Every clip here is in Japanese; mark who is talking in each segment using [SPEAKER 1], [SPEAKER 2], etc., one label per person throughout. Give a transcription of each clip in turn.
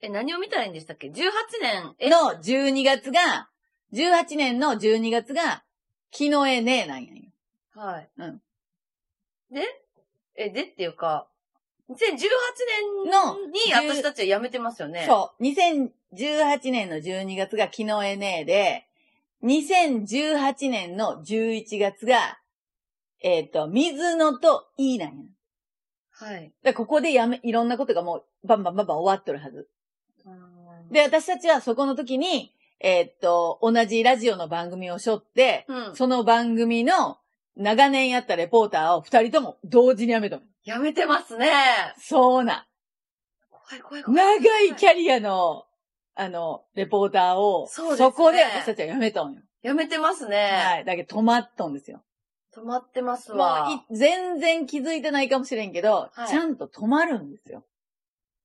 [SPEAKER 1] え、何を見たらいいんでしたっけ ?18 年、え、
[SPEAKER 2] の12月が、18年の12月が、木の絵ねえなんやんよ。
[SPEAKER 1] はい。
[SPEAKER 2] うん。
[SPEAKER 1] でえ、でっていうか、2018
[SPEAKER 2] の
[SPEAKER 1] 年に私たちは辞めてますよね。
[SPEAKER 2] そう。2018年の12月が木の絵ねえで、2018年の11月が、えっ、と、水野といいなんや。
[SPEAKER 1] はい。
[SPEAKER 2] で、ここでやめ、いろんなことがもう、バンバンバンバン終わっとるはず。
[SPEAKER 1] うーん
[SPEAKER 2] で、私たちはそこの時に、えーっと、同じラジオの番組をしょって、
[SPEAKER 1] うん。
[SPEAKER 2] その番組の長年やったレポーターを二人とも同時に辞めたの。
[SPEAKER 1] 辞めてますね。
[SPEAKER 2] そうな。
[SPEAKER 1] 怖い怖い怖い。
[SPEAKER 2] 長いキャリアの、あの、レポーターを、
[SPEAKER 1] そうですね
[SPEAKER 2] そこで私たちは辞めたんよ。
[SPEAKER 1] 辞めてますね。
[SPEAKER 2] はい。だけど止まっとんですよ。
[SPEAKER 1] 止まってます
[SPEAKER 2] も
[SPEAKER 1] わ。
[SPEAKER 2] うい、全然気づいてないかもしれんけど、
[SPEAKER 1] はい
[SPEAKER 2] ちゃんと止まるんですよ。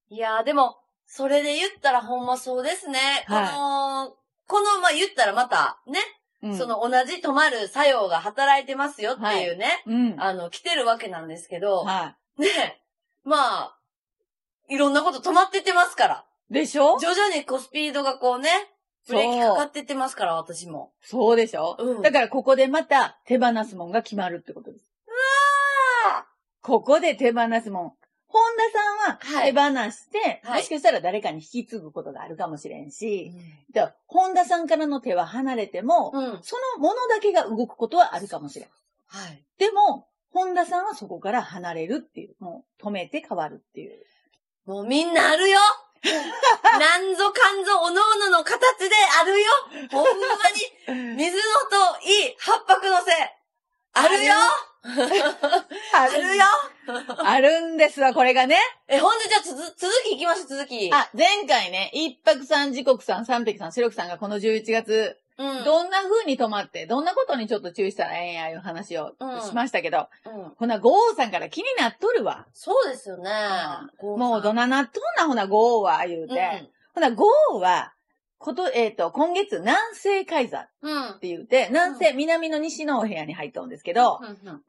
[SPEAKER 1] いやーでも、それで言ったらほんまそうですね。
[SPEAKER 2] はい
[SPEAKER 1] この、この、まあ、言ったらまた、ね、
[SPEAKER 2] うん
[SPEAKER 1] そ、の同じ止まる作用が働いてますよっていうね、
[SPEAKER 2] うん。
[SPEAKER 1] あの、来てるわけなんですけど、
[SPEAKER 2] は
[SPEAKER 1] ね、まあ、いろんなこと止まってってますから。
[SPEAKER 2] い。でしょ
[SPEAKER 1] 徐々にこうスピードがこうね、ブレーキかかってってますから、私も。
[SPEAKER 2] そうでしょ
[SPEAKER 1] うん。
[SPEAKER 2] だからここでまた手放すもんが決まるってことです。
[SPEAKER 1] わー
[SPEAKER 2] ここで手放すもん。本田さんは
[SPEAKER 1] はい
[SPEAKER 2] 手放して、
[SPEAKER 1] はい
[SPEAKER 2] もしかしたら誰かに引き継ぐことがあるかもしれんし、だから本田さんからの手は離れても、
[SPEAKER 1] うん。うん。
[SPEAKER 2] そのものだけが動くことはあるかもしれん。
[SPEAKER 1] はい。
[SPEAKER 2] でも、本田さんはそこから離れるっていう、もう止めて変わるっていう。
[SPEAKER 1] もうみんなあ るよなんぞかんぞ、おのおのの形であるよほんまに、水のといい八白のせあるよあ
[SPEAKER 2] あ
[SPEAKER 1] るよ
[SPEAKER 2] あるんですわ、これがね。
[SPEAKER 1] え、ほんでじゃあつづ続きいきましょう、続き。
[SPEAKER 2] あ、前回ね、一泊さん、時刻さん、三匹さん、白くさんがこの11月
[SPEAKER 1] うん。
[SPEAKER 2] どんな風に止まって、どんなことにちょっと注意したらええんやいう話を
[SPEAKER 1] うん
[SPEAKER 2] しましたけど、
[SPEAKER 1] うん。
[SPEAKER 2] ほな、ゴーさんから気になっとるわ。
[SPEAKER 1] そうですよね。
[SPEAKER 2] もうど
[SPEAKER 1] な
[SPEAKER 2] ななっとんな、ほな、ゴーは、言うて。ほな、ゴーは、こと、えっ、と、今月、南西海座っ
[SPEAKER 1] うん。うん。
[SPEAKER 2] て言うて、南西、南の西のお部屋に入ったんですけど、
[SPEAKER 1] うん。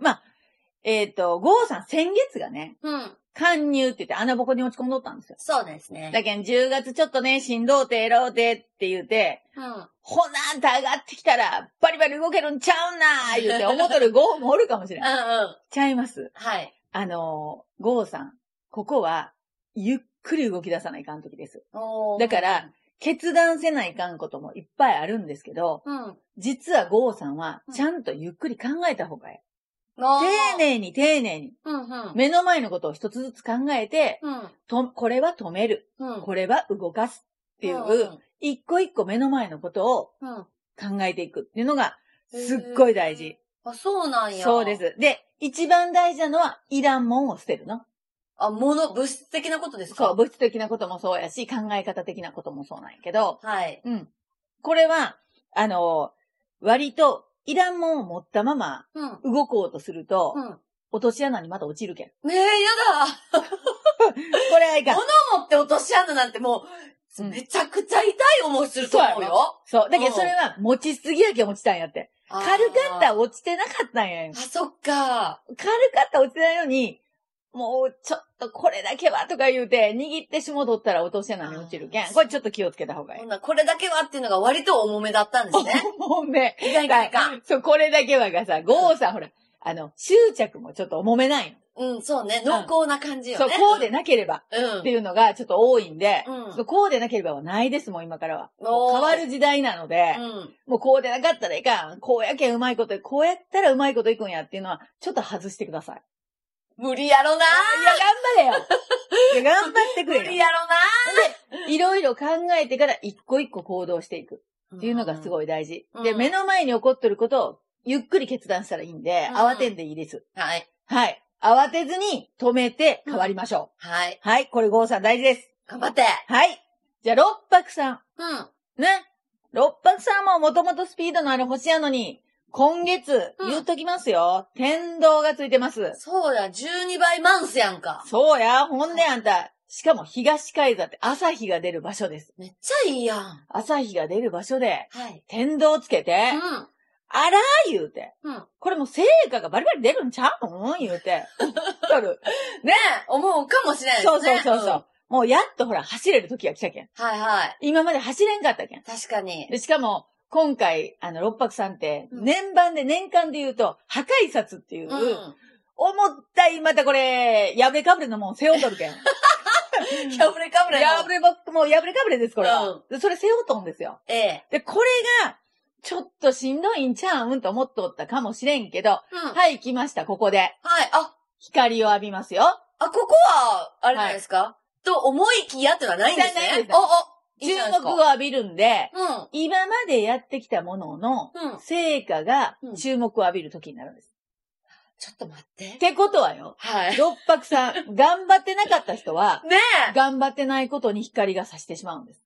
[SPEAKER 2] えっ、と、ゴーさん、先月がね、
[SPEAKER 1] うんうん。
[SPEAKER 2] 貫入って言って穴ぼこに落ち込んどったんですよ。
[SPEAKER 1] そうですね。
[SPEAKER 2] だけん、10月ちょっとね、しんどうて、ろうてって言うて、
[SPEAKER 1] うん。
[SPEAKER 2] ほな、あんた上がってきたら、バリバリ動けるんちゃうな、言うて、思っとるゴーもおるかもしれん
[SPEAKER 1] うん。うん。
[SPEAKER 2] ちゃいます。
[SPEAKER 1] はい。
[SPEAKER 2] あのー、ゴーさん、ここは、ゆっくり動き出さないかん時です。
[SPEAKER 1] おー
[SPEAKER 2] だから、決断せないかんこともいっぱいあるんですけど、
[SPEAKER 1] うん。
[SPEAKER 2] 実はゴーさんは
[SPEAKER 1] う、ん
[SPEAKER 2] ちゃんとゆっくり考えた方がいい。
[SPEAKER 1] 丁
[SPEAKER 2] 丁。寧に丁寧に、
[SPEAKER 1] うんうん。
[SPEAKER 2] 目の前のことを一つずつ考えて、
[SPEAKER 1] うん。
[SPEAKER 2] と、これは止める、
[SPEAKER 1] うん。
[SPEAKER 2] これは動かすっていう、一個一個目の前のことを
[SPEAKER 1] うん。うん。
[SPEAKER 2] 考えていくっていうのが、すっごい大
[SPEAKER 1] へー
[SPEAKER 2] 事。
[SPEAKER 1] あ、そうなんや。
[SPEAKER 2] そうで。す。で、一番大事なのは、いらんもんを捨てるの。
[SPEAKER 1] あ、物、物質的なことですか
[SPEAKER 2] そう、物質的なこともそうやし、考え方的なこともそうなんやけど、
[SPEAKER 1] はい。
[SPEAKER 2] うん。これは、あの、割と、いらんもんを持ったまま
[SPEAKER 1] うん。
[SPEAKER 2] 動こうとすると、
[SPEAKER 1] うん。
[SPEAKER 2] 落とし穴にまた落ちるけん。
[SPEAKER 1] ねえ、やだ
[SPEAKER 2] これはいかん。
[SPEAKER 1] 物持って落とし穴なんてもう、
[SPEAKER 2] うん
[SPEAKER 1] めちゃくちゃ痛い思いすると思う
[SPEAKER 2] そうや
[SPEAKER 1] よ。
[SPEAKER 2] そう。だけど
[SPEAKER 1] うん
[SPEAKER 2] それは持ちすぎやけん落ちたんやって。
[SPEAKER 1] あー
[SPEAKER 2] 軽かったら落ちてなかったんや
[SPEAKER 1] あ、
[SPEAKER 2] よ。
[SPEAKER 1] そっか。
[SPEAKER 2] 軽かったら落ちてないのに、もうちょっとこれだけはとか言うて、握ってしもとったら落とし穴に落ちるけん
[SPEAKER 1] あ。ー
[SPEAKER 2] これちょっと気をつけた方がいい
[SPEAKER 1] ほん。ならこれだけはっていうのが割と重めだったんですね。
[SPEAKER 2] もうね、
[SPEAKER 1] 意外にいかん。
[SPEAKER 2] そう、これだけはがさ、ゴーさん、ほら、あの、執着もちょっと重めない
[SPEAKER 1] うん、そうね。
[SPEAKER 2] ん
[SPEAKER 1] 濃厚な感じよ
[SPEAKER 2] の。そう、
[SPEAKER 1] ね。
[SPEAKER 2] こうでなければ
[SPEAKER 1] うん。う
[SPEAKER 2] っていうのがちょっと多いんで、
[SPEAKER 1] うん
[SPEAKER 2] そうこうでなければはないですもん、今からは。も
[SPEAKER 1] おー
[SPEAKER 2] う変わる時代なので、
[SPEAKER 1] ん。
[SPEAKER 2] もうこうでなかったらいかん。こうやけんうまいこと、こうやったらうまいこといくんやっていうのは、ちょっと外してください。
[SPEAKER 1] 無理やろな。
[SPEAKER 2] いや、頑張れよ いや、頑張ってく
[SPEAKER 1] 無
[SPEAKER 2] れ
[SPEAKER 1] 理
[SPEAKER 2] よ。
[SPEAKER 1] やろな。
[SPEAKER 2] いろいろ考えてから一個一個行動していく。っていうのがす
[SPEAKER 1] い。
[SPEAKER 2] ごい大事。
[SPEAKER 1] うん
[SPEAKER 2] で、
[SPEAKER 1] うん
[SPEAKER 2] 目の前に起こってることをゆっくり決断したらいいんで、
[SPEAKER 1] うん
[SPEAKER 2] 慌てんでいいです。
[SPEAKER 1] はい。
[SPEAKER 2] はい。慌てずに止めて変わりましょ
[SPEAKER 1] はい。
[SPEAKER 2] う。はい。これ5さん大事です。
[SPEAKER 1] 頑張って。
[SPEAKER 2] はい。じゃあ、六白さん。
[SPEAKER 1] うん。
[SPEAKER 2] ね。六白さんももともとスピードのある星やのに、今月、
[SPEAKER 1] うん
[SPEAKER 2] 言っときますよ。天道がついてます。
[SPEAKER 1] そうだ、12倍マンスやんか。
[SPEAKER 2] そうや。ほんであんた、しかも東海座って朝日が出る場所です。
[SPEAKER 1] めっちゃいいやん。
[SPEAKER 2] 朝日が出る場所で、
[SPEAKER 1] はい。
[SPEAKER 2] 天道つけて、
[SPEAKER 1] うん。
[SPEAKER 2] あらー言うて。
[SPEAKER 1] うん。
[SPEAKER 2] これもう成果がバリバリ出るんちゃうん言うて。わかる
[SPEAKER 1] ねえ、思うかもしれないです
[SPEAKER 2] そう
[SPEAKER 1] ね。
[SPEAKER 2] そうそうそう。もうやっとほら、走れる時が来たけん。
[SPEAKER 1] はいはい。
[SPEAKER 2] 今まで走れんかったけん。
[SPEAKER 1] 確かに。
[SPEAKER 2] で、しかも、今回、あの、六白さんって、
[SPEAKER 1] うん
[SPEAKER 2] 年番で、年間で言うと、破壊札っていう、
[SPEAKER 1] うん。
[SPEAKER 2] 思ったい、またこれ、破れかぶれのもん背負うと るけん。
[SPEAKER 1] キャブレカブレの。
[SPEAKER 2] 破れば、もう破れかぶれです、これは。でそれ背負うとんですよ。
[SPEAKER 1] ええ。
[SPEAKER 2] で、これが、ちょっとしんどいんちゃうんと思っとったかもしれんけど、
[SPEAKER 1] うん。はい。
[SPEAKER 2] はい、来ました、ここで。
[SPEAKER 1] あ、
[SPEAKER 2] 光を浴びますよ。
[SPEAKER 1] あ、ここは、あれじゃないですか、と思いきやってのはないんです
[SPEAKER 2] じゃない
[SPEAKER 1] ね
[SPEAKER 2] で。す
[SPEAKER 1] お、お、いい
[SPEAKER 2] 注
[SPEAKER 1] じゃないです
[SPEAKER 2] 目
[SPEAKER 1] か
[SPEAKER 2] を浴びるんで、
[SPEAKER 1] うん。
[SPEAKER 2] 今までやってきたものの、
[SPEAKER 1] うん。
[SPEAKER 2] 成果が
[SPEAKER 1] うん
[SPEAKER 2] 注目を浴びる時になるんです。
[SPEAKER 1] ちょっと待って
[SPEAKER 2] っ。てことはよ、
[SPEAKER 1] はい。
[SPEAKER 2] 六白さん、頑張ってなかった人は、
[SPEAKER 1] ね
[SPEAKER 2] 頑張ってないことに光が差してしまうんです。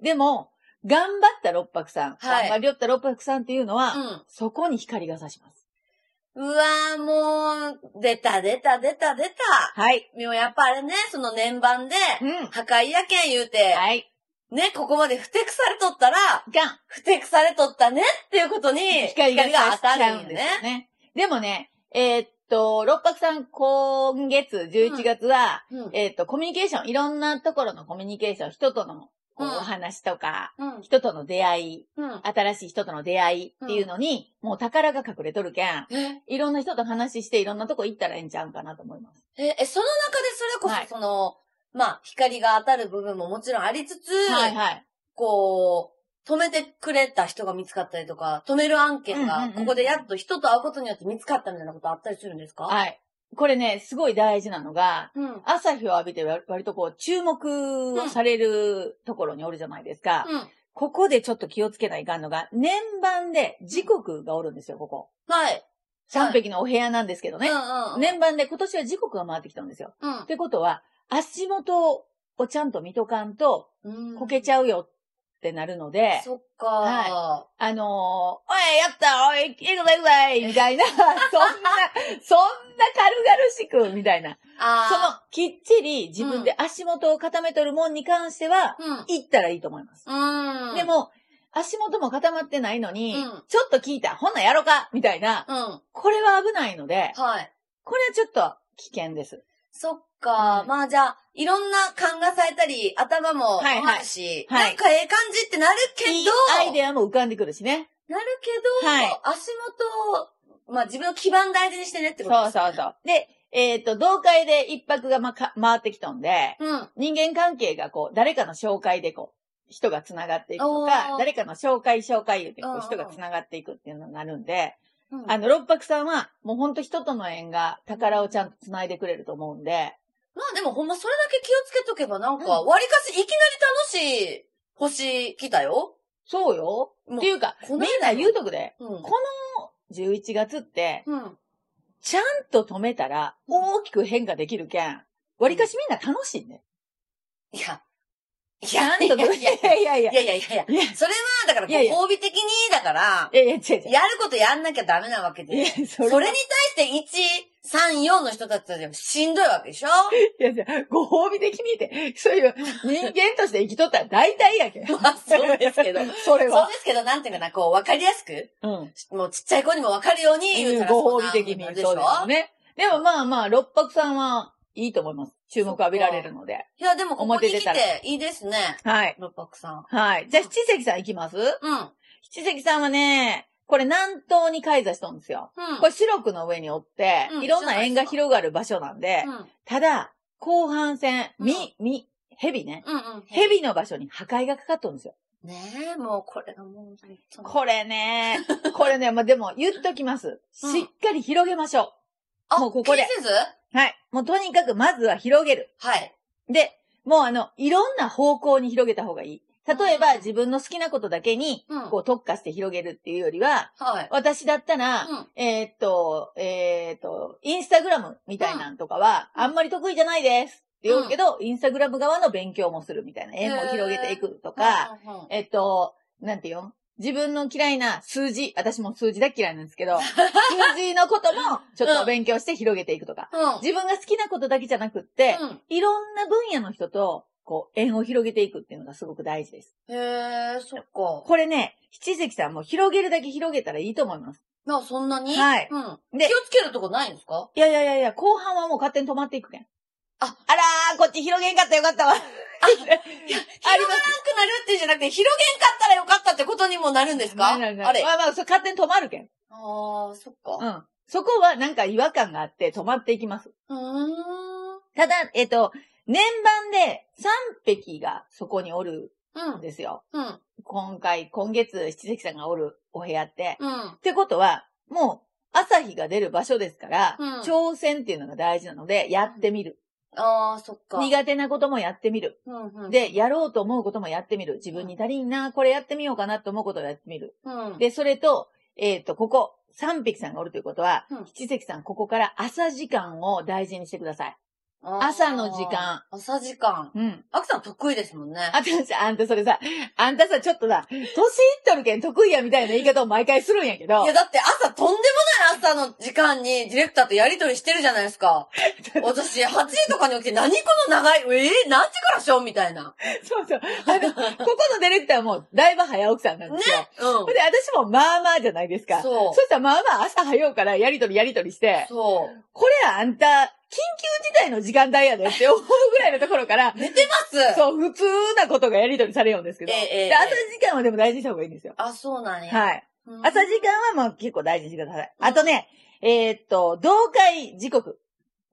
[SPEAKER 2] でも、頑張った六白さ
[SPEAKER 1] は
[SPEAKER 2] ん、
[SPEAKER 1] い
[SPEAKER 2] 頑張りよった六白さんっていうのは、
[SPEAKER 1] え。うん。
[SPEAKER 2] そこに光が差します。
[SPEAKER 1] うわーもう、出た出た出た出た。
[SPEAKER 2] はい。
[SPEAKER 1] もうやっぱあれね、その年番で、
[SPEAKER 2] うん。
[SPEAKER 1] 破壊やけん言うて、
[SPEAKER 2] はい。
[SPEAKER 1] ね、ここまでふてくされとったら、
[SPEAKER 2] ガン
[SPEAKER 1] ふてくされとったねっていうことに、
[SPEAKER 2] 光が
[SPEAKER 1] 光が
[SPEAKER 2] 当
[SPEAKER 1] 当た
[SPEAKER 2] た
[SPEAKER 1] る
[SPEAKER 2] る
[SPEAKER 1] ん
[SPEAKER 2] ん
[SPEAKER 1] よ
[SPEAKER 2] ですよ
[SPEAKER 1] ね。
[SPEAKER 2] ね。でもね、えーっと、六白さん、今月、11月は、
[SPEAKER 1] うん。
[SPEAKER 2] えーっと、コミュニケーション、いろんなところのコミュニケーション、人とのこう
[SPEAKER 1] うん
[SPEAKER 2] お話とか、
[SPEAKER 1] うん。
[SPEAKER 2] 人との出会い、
[SPEAKER 1] うん。
[SPEAKER 2] 新しい人との出会いっていうのに、もう宝が隠れとるけん、
[SPEAKER 1] え、
[SPEAKER 2] いろんな人と話して、いろんなとこ行ったらええんちゃうかなと思います。
[SPEAKER 1] え、えその中でそれこ
[SPEAKER 2] はい
[SPEAKER 1] そその、まあ、光が当たる部分ももちろんありつつ、
[SPEAKER 2] はいはい。
[SPEAKER 1] こう、止めてくれた人が見つかったりとか、止める案件
[SPEAKER 2] うんうん
[SPEAKER 1] が
[SPEAKER 2] うん、
[SPEAKER 1] ここでやっと人と会うことによって見つかったみたいなことあったりするんですか
[SPEAKER 2] はい。これね、すごい大事なのが、
[SPEAKER 1] うん。うん。
[SPEAKER 2] 朝日を浴びて割割とこう、注目をされるところにおるじゃないですか。ここでちょっと気をつけないかんのが、年番で時刻がおるんですよ、ここ。
[SPEAKER 1] はい。
[SPEAKER 2] 三匹のお部屋なんですけどね
[SPEAKER 1] う。んうん。。
[SPEAKER 2] 年番で今年は時刻が回ってきたんですよ。
[SPEAKER 1] うん
[SPEAKER 2] っ。てことは、足元をちゃんと見とかんと、
[SPEAKER 1] うん
[SPEAKER 2] こけちゃうよってなるので、
[SPEAKER 1] そっか、
[SPEAKER 2] はあのー、おい、やったおい、行くぞ行くぞいみたいな、 そんな、そんな軽々しく、みたいな。その
[SPEAKER 1] あ、
[SPEAKER 2] きっちり自分で足元を固めとるもんに関しては、
[SPEAKER 1] その、うん。
[SPEAKER 2] 行ったらいいと思います。
[SPEAKER 1] うん。
[SPEAKER 2] で、も、足元も固まってないのに、
[SPEAKER 1] うん
[SPEAKER 2] ちょっと聞いた、ほんなんやろかみたいな、
[SPEAKER 1] うん。
[SPEAKER 2] これは危ないので、
[SPEAKER 1] はい。
[SPEAKER 2] これはちょっと危険です。
[SPEAKER 1] そっか、
[SPEAKER 2] うん
[SPEAKER 1] まあじゃあ、いろんな勘がされたり、頭も
[SPEAKER 2] はいはい
[SPEAKER 1] 回るし、
[SPEAKER 2] はい
[SPEAKER 1] なんかええ感じってなるけど、
[SPEAKER 2] いいアイデアも浮かんでくるしね。
[SPEAKER 1] なるけど、
[SPEAKER 2] はい
[SPEAKER 1] 足元を、まあ自分の基盤大事にしてねってこと
[SPEAKER 2] そう
[SPEAKER 1] ですね。
[SPEAKER 2] そうそう。で、えっ、と、同会で一泊が、ま、か回ってきとんで、
[SPEAKER 1] う。うん。
[SPEAKER 2] 人間関係がこう、誰かの紹介でこう、人が繋がっていくと
[SPEAKER 1] お
[SPEAKER 2] か
[SPEAKER 1] ー、
[SPEAKER 2] 誰かの紹介紹介言うて
[SPEAKER 1] うんう
[SPEAKER 2] こ
[SPEAKER 1] ん
[SPEAKER 2] う、人が繋がっていくっていうのになるんで、
[SPEAKER 1] うん
[SPEAKER 2] あの、六白さんは、もうほんと人との縁が宝をちゃんと繋いでくれると思うんで、
[SPEAKER 1] まあでもほんまそれだけ気をつけとけばなんか、
[SPEAKER 2] う
[SPEAKER 1] 割かしいきなり楽しい星来たよ。
[SPEAKER 2] そうよ
[SPEAKER 1] もう
[SPEAKER 2] っていうか、
[SPEAKER 1] こ
[SPEAKER 2] みん
[SPEAKER 1] の間
[SPEAKER 2] な言うとくで、
[SPEAKER 1] うん。
[SPEAKER 2] こ11月って、
[SPEAKER 1] うん。
[SPEAKER 2] ちゃんと止めたら、大きく変化できるけん、わりかしみんな楽しいね。
[SPEAKER 1] いや。い
[SPEAKER 2] ちゃ
[SPEAKER 1] や、
[SPEAKER 2] んと
[SPEAKER 1] いや
[SPEAKER 2] 止
[SPEAKER 1] いや
[SPEAKER 2] め
[SPEAKER 1] いや
[SPEAKER 2] いやいやいや。
[SPEAKER 1] いやいやいやいや
[SPEAKER 2] いや、
[SPEAKER 1] それは、だから、
[SPEAKER 2] いやいや
[SPEAKER 1] ご褒美的に、だから
[SPEAKER 2] い、やいや、違う違う。
[SPEAKER 1] やることやんなきゃダメなわけ
[SPEAKER 2] い
[SPEAKER 1] で。
[SPEAKER 2] や、そ
[SPEAKER 1] そ
[SPEAKER 2] れ
[SPEAKER 1] れに対して1、3、4の人たちはでもしんどいわけでしょ
[SPEAKER 2] いやいや、ご褒美的にって、そういう人間として生きとったら大体やけ ん。
[SPEAKER 1] まあ、そうですけど。。
[SPEAKER 2] それ
[SPEAKER 1] そう
[SPEAKER 2] は。
[SPEAKER 1] ですけど、なんていうかな、こう、わかりやすく、
[SPEAKER 2] うん。
[SPEAKER 1] もうちっちゃい子にもわかるように言うたらそ
[SPEAKER 2] ご褒
[SPEAKER 1] ん
[SPEAKER 2] 美
[SPEAKER 1] な
[SPEAKER 2] 的に
[SPEAKER 1] なる
[SPEAKER 2] そう
[SPEAKER 1] で
[SPEAKER 2] で
[SPEAKER 1] しょ
[SPEAKER 2] すね。でもまあまあ、六白さんはいいと思います。注目浴びられるので。
[SPEAKER 1] いや、でもここに
[SPEAKER 2] 表出
[SPEAKER 1] 来
[SPEAKER 2] たら
[SPEAKER 1] ていいですね、
[SPEAKER 2] はい。
[SPEAKER 1] 六白さん。
[SPEAKER 2] はい。じゃあ、七関さんいきます
[SPEAKER 1] うん。うん。
[SPEAKER 2] 七関さんはね、これ南東に開座しとんですよ。これ白くの上におって
[SPEAKER 1] う、ん
[SPEAKER 2] いろんな縁が広がる場所なんで
[SPEAKER 1] う、ん。
[SPEAKER 2] ただ、後半戦、
[SPEAKER 1] うん
[SPEAKER 2] み、み、蛇ね。
[SPEAKER 1] うんうん。
[SPEAKER 2] 蛇の場所に破壊がかかっとるんですよ
[SPEAKER 1] ねえ、もうこれがもう、
[SPEAKER 2] これね、これね、まあ、でも言っときます。
[SPEAKER 1] うん
[SPEAKER 2] しっかり広げましょ
[SPEAKER 1] あ
[SPEAKER 2] もうここで
[SPEAKER 1] 気にせず
[SPEAKER 2] う。はい。もうとにかくまずは広げる。
[SPEAKER 1] はい。
[SPEAKER 2] で、もうあの、いろんな方向に広げた方がいい。例え
[SPEAKER 1] うん
[SPEAKER 2] ば自分の好きなことだけに、
[SPEAKER 1] うん。
[SPEAKER 2] こう特化して広げるっていうよりは、
[SPEAKER 1] はい。
[SPEAKER 2] 私だったら、
[SPEAKER 1] うん
[SPEAKER 2] えーっと、えーっと、インスタグラムみたいなんとかは、
[SPEAKER 1] うん
[SPEAKER 2] あんまり得意じゃないですって言うけど、インスタグラム側の勉強もするみたいな、縁を広げていくとか、
[SPEAKER 1] うんうんうん、
[SPEAKER 2] えっと、なんていうの自分の嫌いな数字、私も数字だっ嫌いなんです けど、数字のこともちょっとお勉強して広げていくとか、
[SPEAKER 1] うん。
[SPEAKER 2] 自分が好きなことだけじゃなくって、
[SPEAKER 1] うん
[SPEAKER 2] いろんな分野の人と、こう、縁を広げていくっていうのがすごく大事です。
[SPEAKER 1] へえ、そっか。
[SPEAKER 2] これね、七関さんも広げるだけ広げたらいいと思います。
[SPEAKER 1] まあ、そんなに
[SPEAKER 2] はい
[SPEAKER 1] うん。
[SPEAKER 2] で
[SPEAKER 1] 気をつけるとこないんですか
[SPEAKER 2] いやいやいやいや、後半はもう勝手に止まっていくけん。
[SPEAKER 1] あ、
[SPEAKER 2] あらーー、こっち広げんかったよかったわ。あ
[SPEAKER 1] 広がら
[SPEAKER 2] り
[SPEAKER 1] んくなるっていうんじゃなくて、広げんかったらよかったってことにもなるんですか
[SPEAKER 2] ま
[SPEAKER 1] あ
[SPEAKER 2] す。ないないな
[SPEAKER 1] れ。
[SPEAKER 2] い
[SPEAKER 1] あ
[SPEAKER 2] まあまあ、そう勝手に止まるけん。
[SPEAKER 1] あー、そっ
[SPEAKER 2] う
[SPEAKER 1] か。
[SPEAKER 2] ん。そこはなんか違和感があって止まっていきます。
[SPEAKER 1] うーん。
[SPEAKER 2] ただ、えっと、年番で3匹がそこにおる
[SPEAKER 1] うんん。
[SPEAKER 2] ですよ。
[SPEAKER 1] うん。
[SPEAKER 2] 今回、今月、七関さんがおるお部屋って。
[SPEAKER 1] うん
[SPEAKER 2] っ。てことは、もう、朝日が出る場所ですから、
[SPEAKER 1] うん
[SPEAKER 2] 挑戦っていうのが大事なので、やってみる。
[SPEAKER 1] ああ、そっか。
[SPEAKER 2] 苦手なこともやってみる。
[SPEAKER 1] うんうん、
[SPEAKER 2] で、やろうと思うこともやってみる。自分に足りんな、これやってみようかなと思うことをやってみる。
[SPEAKER 1] うん。
[SPEAKER 2] で、それと、えっ、と、ここ、三匹さんがおるということは、
[SPEAKER 1] うん
[SPEAKER 2] 七関さん、ここから朝時間を大事にしてください。
[SPEAKER 1] あー
[SPEAKER 2] 朝の時間。
[SPEAKER 1] 朝時間。
[SPEAKER 2] うん。
[SPEAKER 1] あきさん得意ですもんね。
[SPEAKER 2] あんたさ、あんたそれさ、あんたさ、ちょっとさ、年いっとるけん得意やみたいな言い方を毎回するんやけど
[SPEAKER 1] いや、、だって朝とんでもない朝の時間にディレクターとやりとりしてるじゃないですか。 私、8時とかに起きて、何この長い、えー、何時からしょみたいな。
[SPEAKER 2] そうそう。あの、ここのディレクターも、だいぶ早起きさんなんですよ。
[SPEAKER 1] うん
[SPEAKER 2] ほん。で、私もまあまあじゃないですか。
[SPEAKER 1] そう
[SPEAKER 2] そしたらまあまあ朝早うからやりとりやりとりして、
[SPEAKER 1] そう。
[SPEAKER 2] これあんた、緊急事態の時間帯やでって思うぐらいのところ から、
[SPEAKER 1] 寝てます
[SPEAKER 2] そう、普通なことがやりとりされるんですけど、
[SPEAKER 1] ええええ
[SPEAKER 2] で朝時間はでも大事にした方がいいんですよ。
[SPEAKER 1] あ、そうなんや。
[SPEAKER 2] はい。
[SPEAKER 1] うん
[SPEAKER 2] 朝時間はまあ結構大事にしてください。
[SPEAKER 1] うん
[SPEAKER 2] あとね、えーっと、同会時刻。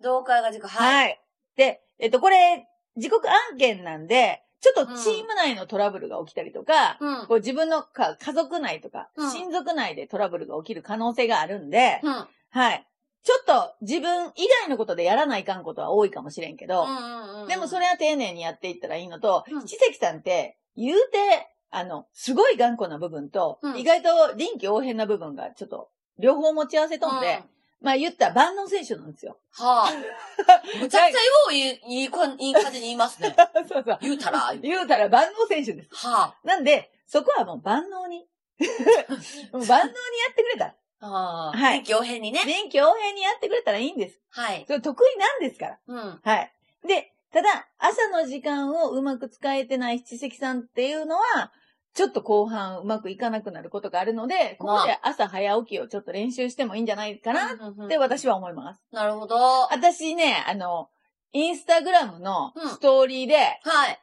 [SPEAKER 1] 同会が時間、はい。
[SPEAKER 2] はい。で、えっと、これ、時刻案件なんで、ちょっとチーム内のトラブルが起きたりとか、
[SPEAKER 1] うん。
[SPEAKER 2] こう自分のか家族内とか、
[SPEAKER 1] うん
[SPEAKER 2] 親族内でトラブルが起きる可能性があるんで、
[SPEAKER 1] うん。うん
[SPEAKER 2] はい。ちょっと自分以外のことでやらないかんことは多いかもしれんけど、
[SPEAKER 1] うんうん。
[SPEAKER 2] でもそ
[SPEAKER 1] れ、
[SPEAKER 2] れは丁寧にやっていったらいいのと、
[SPEAKER 1] うん
[SPEAKER 2] 七関さんって言うて、あの、すごい頑固な部分と、
[SPEAKER 1] うん
[SPEAKER 2] 意外と臨機応変な部分がちょっと、両方持ち合わせとんで、まあ言ったら万能選手なんですよ。
[SPEAKER 1] うん。はあ。 むちゃくちゃよういい、いいこ、いい感じに言いますね。
[SPEAKER 2] そうそう。
[SPEAKER 1] 言う たら、
[SPEAKER 2] 言うたら万能選手です。
[SPEAKER 1] は
[SPEAKER 2] なんで、そこはもう万 能に。万能にやってくれた
[SPEAKER 1] あ。はあ。
[SPEAKER 2] は
[SPEAKER 1] 臨
[SPEAKER 2] い
[SPEAKER 1] 機応変にね
[SPEAKER 2] ら。。臨機応変にやってくれたらいいんです。
[SPEAKER 1] はい。
[SPEAKER 2] それ得意なんですから。
[SPEAKER 1] うん。
[SPEAKER 2] はい。で、ただ、朝の時間をうまく使えてない七関さんっていうのは、ちょっと後半うまくいかなくなることがあるので、こ
[SPEAKER 1] まあ
[SPEAKER 2] こで朝早起きをちょっと練習してもいいんじゃないかな
[SPEAKER 1] う
[SPEAKER 2] っ
[SPEAKER 1] んうんうん
[SPEAKER 2] て私は思います。
[SPEAKER 1] なるほど。は
[SPEAKER 2] 私ね、あの、インスタグラムの
[SPEAKER 1] うん
[SPEAKER 2] ストーリーで、
[SPEAKER 1] い。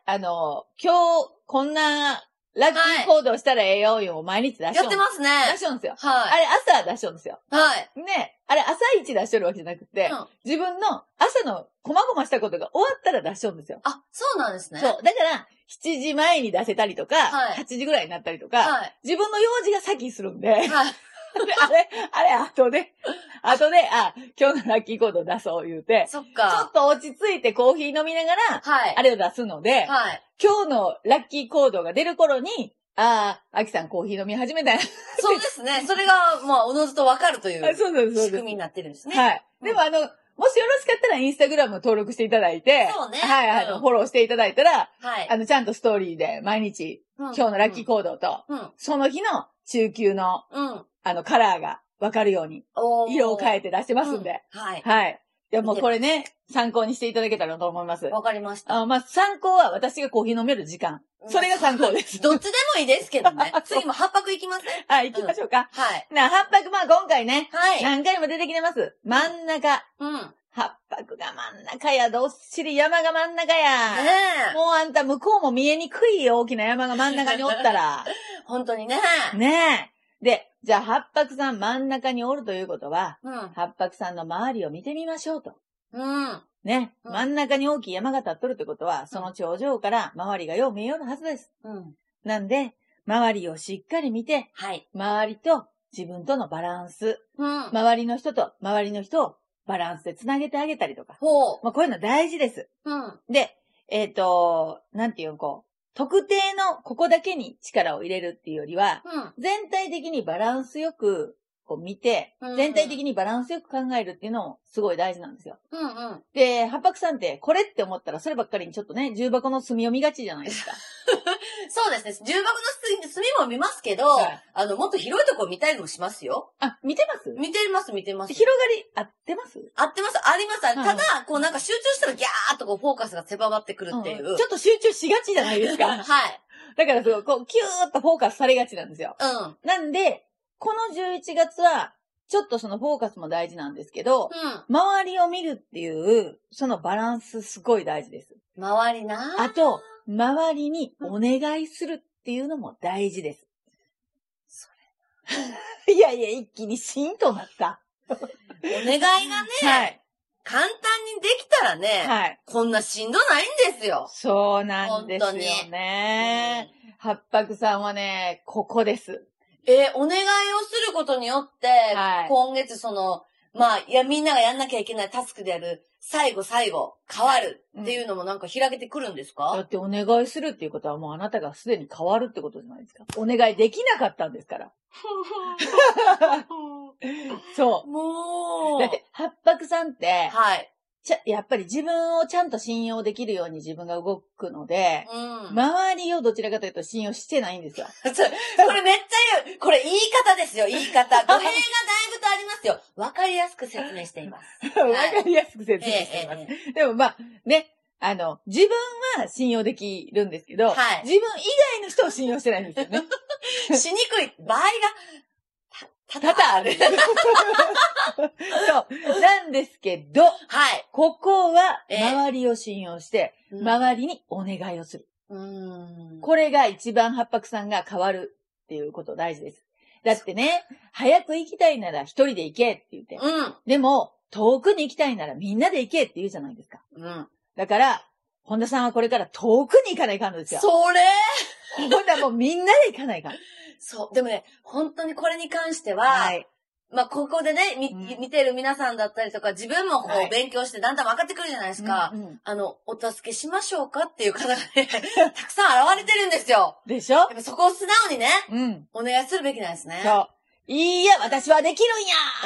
[SPEAKER 2] あの、今日こんなラッキー行動したらええよいうを毎日出し
[SPEAKER 1] や
[SPEAKER 2] とん
[SPEAKER 1] ってますね。
[SPEAKER 2] 出しとんですよ。
[SPEAKER 1] はい。
[SPEAKER 2] あれ朝出しとんですよ。
[SPEAKER 1] はい。
[SPEAKER 2] ね、あれ朝一出しとるわけじゃなくて、
[SPEAKER 1] うん
[SPEAKER 2] 自分の朝の細々したことが終わったら出しとるんですよ。
[SPEAKER 1] あ、そうなんですね。
[SPEAKER 2] そう。だから、7時前に出せたりとか、
[SPEAKER 1] はい
[SPEAKER 2] 8時ぐらいになったりとか、
[SPEAKER 1] はい。
[SPEAKER 2] 自分の用事が先にするんで、で
[SPEAKER 1] はい。
[SPEAKER 2] あれ、あれ、後で、後で、あ、今日のラッキーコード出そう言うて、
[SPEAKER 1] そっ
[SPEAKER 2] ちょ
[SPEAKER 1] か
[SPEAKER 2] っ。と落ち着いてコーヒー飲みながら、
[SPEAKER 1] はい
[SPEAKER 2] あ。れを出すので、
[SPEAKER 1] はい。
[SPEAKER 2] 今日のラッキーコードが出る頃に、ああ、アキさんコーヒー飲み始めたよ。
[SPEAKER 1] そうですね。それが、まあ、おのずとわかるとい
[SPEAKER 2] そう
[SPEAKER 1] う
[SPEAKER 2] そうそう
[SPEAKER 1] 仕
[SPEAKER 2] そう
[SPEAKER 1] 組。みになってるんですね。
[SPEAKER 2] はい。でもあの、もしよろしかったらインスタグラム登録していただいて、
[SPEAKER 1] そうね
[SPEAKER 2] はい、あ
[SPEAKER 1] う
[SPEAKER 2] の、
[SPEAKER 1] ん
[SPEAKER 2] フォローしていただいたら、
[SPEAKER 1] はい。
[SPEAKER 2] あの、ちゃんとストーリーで毎日、
[SPEAKER 1] 今
[SPEAKER 2] 今日のラッキー行動と、
[SPEAKER 1] うん。
[SPEAKER 2] その日の中級の、
[SPEAKER 1] うん。
[SPEAKER 2] あの、カラーがわかるように、
[SPEAKER 1] お
[SPEAKER 2] 色を変え
[SPEAKER 1] て
[SPEAKER 2] て出してますんで、。
[SPEAKER 1] うんはい。
[SPEAKER 2] はい。いや、もうこれね、参考にしていただけたらと思います。
[SPEAKER 1] わかりました。
[SPEAKER 2] あまあ、参考は私がコーヒー飲める時間。それが参考です。
[SPEAKER 1] どっちでもいいですけどね。次も八泊行きません
[SPEAKER 2] はい、行きましょうか。
[SPEAKER 1] はい。
[SPEAKER 2] な、八泊、まあ今回ね、
[SPEAKER 1] はい。
[SPEAKER 2] 何回も出てきてます。真ん中、
[SPEAKER 1] うん。ね
[SPEAKER 2] 八白が真ん中や、どっしり山が真ん中や。
[SPEAKER 1] え。
[SPEAKER 2] もうあんた向こうも見えにくいよ、大きな山が真ん中におった ら。
[SPEAKER 1] 本当にね。
[SPEAKER 2] ねえ。で、じゃあ八白さん真ん中におるということは、
[SPEAKER 1] うん。
[SPEAKER 2] 八白さんの周りを見てみましょうと。
[SPEAKER 1] うん。
[SPEAKER 2] ね。
[SPEAKER 1] うん
[SPEAKER 2] 真ん中に大きい山が立っとるということは、その頂上から周りがよう見えよるはずです。
[SPEAKER 1] うん。
[SPEAKER 2] なんで、周りをしっかり見て、
[SPEAKER 1] はい。
[SPEAKER 2] 周りと自分とのバランス、
[SPEAKER 1] うん。
[SPEAKER 2] 周りの人と周りの人をバランスでつなげてあげたりとか。
[SPEAKER 1] ほ
[SPEAKER 2] まあ、こういうの大事です。
[SPEAKER 1] う。うん。
[SPEAKER 2] で、えっ、と、なんていうんこう、特定のここだけに力を入れるっていうよりは、
[SPEAKER 1] うん。
[SPEAKER 2] 全体的にバランスよく、こう見て
[SPEAKER 1] うん、
[SPEAKER 2] 全体的にバランスよく考えるっていうのもすごい大事なんですよ。
[SPEAKER 1] うん。うん。
[SPEAKER 2] で、八白さんってこれって思ったらそればっかりにちょっとね、重箱の隅を見がちじゃないですか。
[SPEAKER 1] そうですね。重箱の隅も見ますけど、
[SPEAKER 2] はい
[SPEAKER 1] あの、もっと広いとこ見たりもしますよ。
[SPEAKER 2] あ、見てます
[SPEAKER 1] 見てます、見てます。
[SPEAKER 2] 広がり合ってます
[SPEAKER 1] 合ってます、あります。た
[SPEAKER 2] うん
[SPEAKER 1] だ、こうなんか集中したらギャーっとこうフォーカスが狭まってくるっていう。
[SPEAKER 2] うんちょっと集中しがちじゃないですか。
[SPEAKER 1] はい。
[SPEAKER 2] だからそう、こう、キューッとフォーカスされがちなんですよ。
[SPEAKER 1] うん。
[SPEAKER 2] なんで、この11月は、ちょっとそのフォーカスも大事なんですけど、
[SPEAKER 1] う
[SPEAKER 2] 周りを見るっていう、そのバランスすごい大事です。
[SPEAKER 1] ん。周りな。
[SPEAKER 2] あと、周りにお願いするっていうのも大事です。
[SPEAKER 1] そ
[SPEAKER 2] いやいや、一気にシーンとなった。
[SPEAKER 1] お願いがね、
[SPEAKER 2] はい。
[SPEAKER 1] 簡単にできたらね、
[SPEAKER 2] はい。
[SPEAKER 1] こんなしんどないんですよ。
[SPEAKER 2] そうなんですよね。八白さんはね、ここです。
[SPEAKER 1] えーお願いをすることによって、
[SPEAKER 2] はい
[SPEAKER 1] 今月その、まあ、いや、みんながやんなきゃいけないタスクである、最後最後、変わるっていうのもなんか開けてくるんですか、
[SPEAKER 2] だってお願いするっていうことはもうあなたがすでに変わるってことじゃないですか。お願いできなかったんですから。そ
[SPEAKER 1] も
[SPEAKER 2] う。
[SPEAKER 1] う。
[SPEAKER 2] だって、八白さんって、
[SPEAKER 1] はい。
[SPEAKER 2] ちゃやっぱり自分をちゃんと信用できるように自分が動くので、
[SPEAKER 1] うん。
[SPEAKER 2] 周りをどちらかというと信用してないんですよ。
[SPEAKER 1] そこれめっちゃ言う。これ言い方ですよ、言い方。語弊がだいぶとありますよ。わかりやすく説明しています。
[SPEAKER 2] わ、かり やすく説明しています。
[SPEAKER 1] えええ
[SPEAKER 2] でもまあ、ね、あの、自分は信用できるんですけど、
[SPEAKER 1] はい
[SPEAKER 2] 自分以外の人を信用してないんですよね。
[SPEAKER 1] えしにくい場合が、た、
[SPEAKER 2] 多
[SPEAKER 1] た
[SPEAKER 2] 々
[SPEAKER 1] た
[SPEAKER 2] ある。そう。なんですけど、
[SPEAKER 1] はい。
[SPEAKER 2] ここは
[SPEAKER 1] ええ
[SPEAKER 2] 周りを信用して、周りにお願いをする。
[SPEAKER 1] うん。
[SPEAKER 2] これが一番八白さんが変わるっていうこと大事です。だってね、早く行きたいなら一人で行けって言って。
[SPEAKER 1] うん。
[SPEAKER 2] でも、遠くに行きたいならみんなで行けって言うじゃないですか。
[SPEAKER 1] うん。
[SPEAKER 2] だから、本田さんはこれから遠くに行かないかんのですよ。
[SPEAKER 1] それ
[SPEAKER 2] 本田もうみんなで行かないかん。
[SPEAKER 1] そう。でもね、本当にこれに関しては、
[SPEAKER 2] はい。
[SPEAKER 1] まあ、ここでね、み、
[SPEAKER 2] うん
[SPEAKER 1] 見てる皆さんだったりとか、自分もこ
[SPEAKER 2] はいう
[SPEAKER 1] 勉強してだんだん分かってくるじゃないですか。
[SPEAKER 2] うんうん
[SPEAKER 1] あの、お助けしましょうかっていう方がね、 たくさん現れてるんですよ。
[SPEAKER 2] でしょ
[SPEAKER 1] やっぱそこを素直にね、
[SPEAKER 2] うん。
[SPEAKER 1] お願いするべきなんですね。
[SPEAKER 2] そう。いいや、私はでき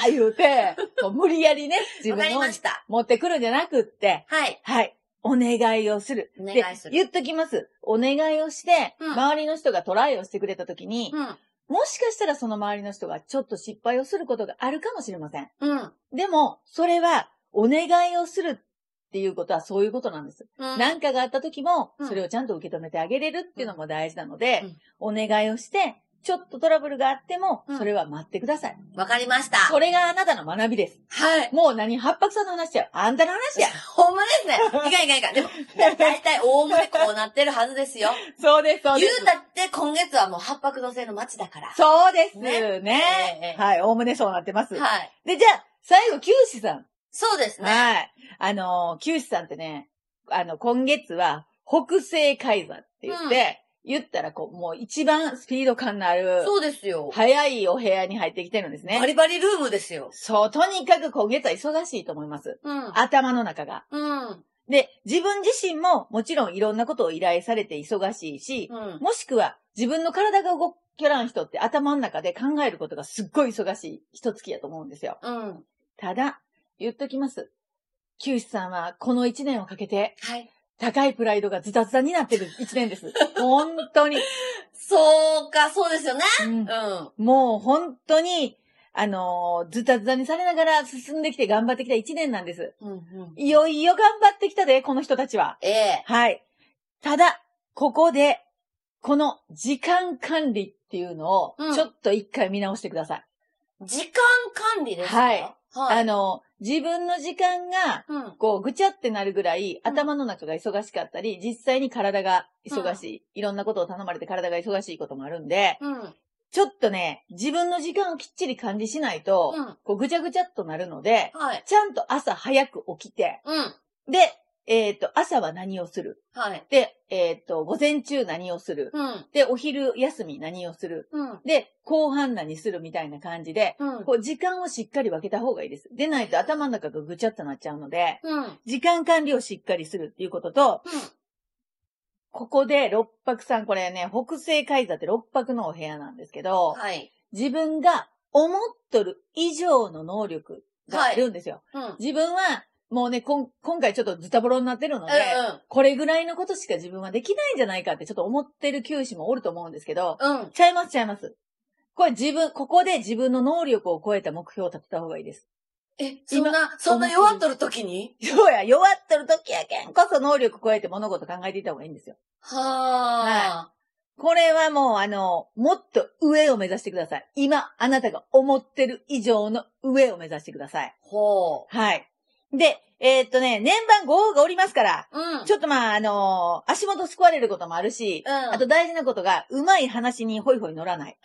[SPEAKER 2] るんや言うて、こう無理やりね、自
[SPEAKER 1] わか
[SPEAKER 2] 分
[SPEAKER 1] り
[SPEAKER 2] を
[SPEAKER 1] ました。
[SPEAKER 2] 持ってくるんじゃなくって、
[SPEAKER 1] はい。
[SPEAKER 2] はい。お願いをする。
[SPEAKER 1] お
[SPEAKER 2] で
[SPEAKER 1] 願いす、る。
[SPEAKER 2] 言っときます。お願いをして、
[SPEAKER 1] うん
[SPEAKER 2] 周りの人がトライをしてくれたときに、
[SPEAKER 1] うん。
[SPEAKER 2] もしかしたらその周りの人がちょっと失敗をすることがあるかもしれません。
[SPEAKER 1] うん。
[SPEAKER 2] でも、それは、お願いをするっていうことはそういうことなんです。
[SPEAKER 1] うん。
[SPEAKER 2] 何かがあった時も、
[SPEAKER 1] うん
[SPEAKER 2] それをちゃんと受け止めてあげれるっていうのも大事なので
[SPEAKER 1] うん、
[SPEAKER 2] お願いをして、ちょっとトラブルがあっても
[SPEAKER 1] う、ん
[SPEAKER 2] それは待ってください。
[SPEAKER 1] わかりました。
[SPEAKER 2] それがあなたの学びです。
[SPEAKER 1] はい。
[SPEAKER 2] もう何八白さんの話や。あんたの話や。
[SPEAKER 1] ほんま ですね。いかんいかんいかん。でも、だだいたいおおむねこうなってるはずですよ。
[SPEAKER 2] そうです、そ
[SPEAKER 1] 言うたって今月はもう八白土星の街だから。
[SPEAKER 2] そうですね。
[SPEAKER 1] ねええ
[SPEAKER 2] はい、おおむねそうなってます。
[SPEAKER 1] はい。
[SPEAKER 2] で、じゃあ、最後、九死さ
[SPEAKER 1] そうです
[SPEAKER 2] ん。
[SPEAKER 1] ね。
[SPEAKER 2] はい。あのー、九死さんってね、あの、今月は、北西海座って言って、言ったら、こう、もう一番スピード感のある、
[SPEAKER 1] そうですよ。
[SPEAKER 2] 早いお部屋に入ってきてるんです
[SPEAKER 1] バ
[SPEAKER 2] ね。
[SPEAKER 1] リバリルームですよ。
[SPEAKER 2] そう、とにかく今月は忙しいと思います。
[SPEAKER 1] うん。
[SPEAKER 2] 頭の中が。
[SPEAKER 1] うん。
[SPEAKER 2] で、自分自身ももちろんいろんなことを依頼されて忙しいし、
[SPEAKER 1] うん。
[SPEAKER 2] もしくは自分の体が動けらん人って頭の中で考えることがすっごい忙しい一月やと思うんですよ。
[SPEAKER 1] うん。
[SPEAKER 2] ただ、言っときます。九死さんはこの一年をかけて
[SPEAKER 1] はい。
[SPEAKER 2] 高いプライドがズタズタになってる一年です。本当に、
[SPEAKER 1] そうか、そうですよね。
[SPEAKER 2] うん
[SPEAKER 1] うん。
[SPEAKER 2] もう本当に、あのーズタズタにされながら進んできて頑張ってきた一年なんです。
[SPEAKER 1] うん。うん。
[SPEAKER 2] いよいよ頑張ってきたで、この人たちは。
[SPEAKER 1] ええ。
[SPEAKER 2] はい。ただ、ここで、この時間管理っていうのを
[SPEAKER 1] う、ん
[SPEAKER 2] ちょっと一回見直してください。
[SPEAKER 1] 時間管理ですか
[SPEAKER 2] はい。
[SPEAKER 1] は
[SPEAKER 2] あ
[SPEAKER 1] い。
[SPEAKER 2] の、自分の時間が、
[SPEAKER 1] うん。
[SPEAKER 2] こう、ぐちゃってなるぐらい、
[SPEAKER 1] うん
[SPEAKER 2] 頭の中が忙しかったり、実際に体が忙しい、いろんなことを頼まれて体が忙しいこともあるんで、
[SPEAKER 1] うん。
[SPEAKER 2] ちょっとね、自分の時間をきっちり管理しないと、
[SPEAKER 1] うん。
[SPEAKER 2] こう、ぐちゃぐちゃっとなるので、
[SPEAKER 1] はい。
[SPEAKER 2] ちゃんと朝早く起きて、
[SPEAKER 1] うん。
[SPEAKER 2] で、えっ、と、朝は何をする
[SPEAKER 1] はい。
[SPEAKER 2] で、えっ、と、午前中何をする
[SPEAKER 1] うん。
[SPEAKER 2] で、お昼休み何をする
[SPEAKER 1] うん。
[SPEAKER 2] で、後半何するみたいな感じで、
[SPEAKER 1] うん。
[SPEAKER 2] こう時間をしっかり分けた方がいいです。でないと頭の中がぐちゃっとなっちゃうので、
[SPEAKER 1] うん。うん。
[SPEAKER 2] 時間管理をしっかりするっていうことと、ここで六白さん、これね、北西海座って六白のお部屋なんですけど、
[SPEAKER 1] はい。
[SPEAKER 2] 自分が思っとる以上の能力があるんですよ。
[SPEAKER 1] うん。うん。
[SPEAKER 2] 自分は、もうね、こん今回ちょっとズタボロになってるので、これぐらいのことしか自分はできないんじゃないかってちょっと思ってる教師もおると思うんですけど、
[SPEAKER 1] うん。うん。
[SPEAKER 2] ちゃいます、ちゃいます。これ自分、ここで自分の能力を超えた目標を立てた方がいいです。
[SPEAKER 1] え、そん
[SPEAKER 2] 今
[SPEAKER 1] な、そんな弱っとる時に
[SPEAKER 2] そうや、弱っとる時やけんこそ能力を超えて物事考えていった方がいいんですよ。
[SPEAKER 1] はあ。
[SPEAKER 2] これはもうあの、もっと上を目指してください。今、あなたが思ってる以上の上を目指してください。
[SPEAKER 1] ほ
[SPEAKER 2] はい。で、えーっとね、年番5がおりますから、
[SPEAKER 1] う。うん。
[SPEAKER 2] ちょっとまあ、あのー足元すくわれることもあるし、
[SPEAKER 1] うん。
[SPEAKER 2] あと大事なことが、うまい話にホイホイ乗 らない。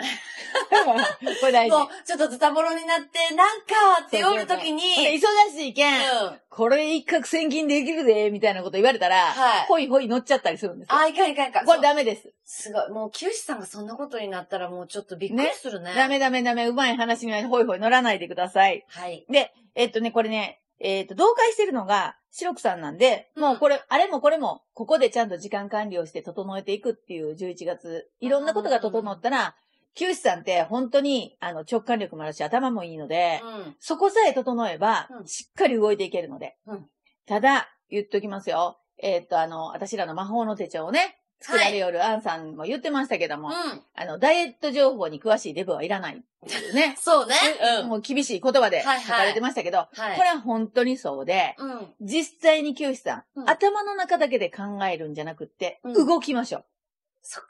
[SPEAKER 2] これ大事
[SPEAKER 1] も。う、ちょっとズタボロになって、なんかっておるときに、
[SPEAKER 2] これ忙しいけん、
[SPEAKER 1] うん。
[SPEAKER 2] これ一攫千金できるで、みたいなこと言われたら、
[SPEAKER 1] はい
[SPEAKER 2] ホイホイ乗っちゃったりするんですよ。
[SPEAKER 1] あ、いかんいかんいかん。
[SPEAKER 2] これダメです。
[SPEAKER 1] すごい。もう、清さんがそんなことになったらもうちょっとびっくりするね。
[SPEAKER 2] ダメダメダメ、うまい話にはホイホイ乗らないでください。
[SPEAKER 1] はい。
[SPEAKER 2] えっとね、これね、えっと、同会してるのが、白くさんなんで、もうこれ、あれもこれも、ここでちゃんと時間管理をして整えていくっていう11月、いろんなことが整ったら、九志さんって本当に、あの、直感力もあるし、頭もいいので、
[SPEAKER 1] うん。
[SPEAKER 2] そこさえ整えば
[SPEAKER 1] う、ん
[SPEAKER 2] しっかり動いていけるので。
[SPEAKER 1] うん
[SPEAKER 2] ただ、言っときますよ。えっと、あの、私らの魔法の手帳をね、作られよるアンさんも言ってましたけども、
[SPEAKER 1] うん。。
[SPEAKER 2] あの、ダイエット情報に詳しいデブはいらないっていうね
[SPEAKER 1] そうね。うん。
[SPEAKER 2] もう厳しい言葉で
[SPEAKER 1] はいはい
[SPEAKER 2] 書かれてましたけど、
[SPEAKER 1] はい。
[SPEAKER 2] これは本当にそうで、
[SPEAKER 1] うん。
[SPEAKER 2] 実際に清さん,、
[SPEAKER 1] うん
[SPEAKER 2] 頭の中だけで考えるんじゃなくって、
[SPEAKER 1] うん
[SPEAKER 2] 動きましょう。
[SPEAKER 1] そっか。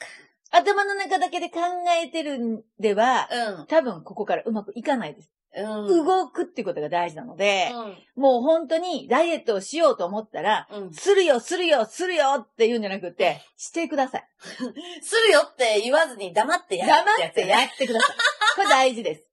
[SPEAKER 2] 頭の中だけで考えてるんでは、
[SPEAKER 1] うん。
[SPEAKER 2] 多分ここからうまくいかないです。
[SPEAKER 1] うん。
[SPEAKER 2] 動くっていうことが大事なので、もう本当にダイエットをしようと思ったら、
[SPEAKER 1] うん。うん。
[SPEAKER 2] するよ、するよ、するよって言うんじゃなくて、してください。
[SPEAKER 1] するよって言わずに黙ってや
[SPEAKER 2] 黙
[SPEAKER 1] る
[SPEAKER 2] ってや
[SPEAKER 1] や
[SPEAKER 2] ってください。これ大事です。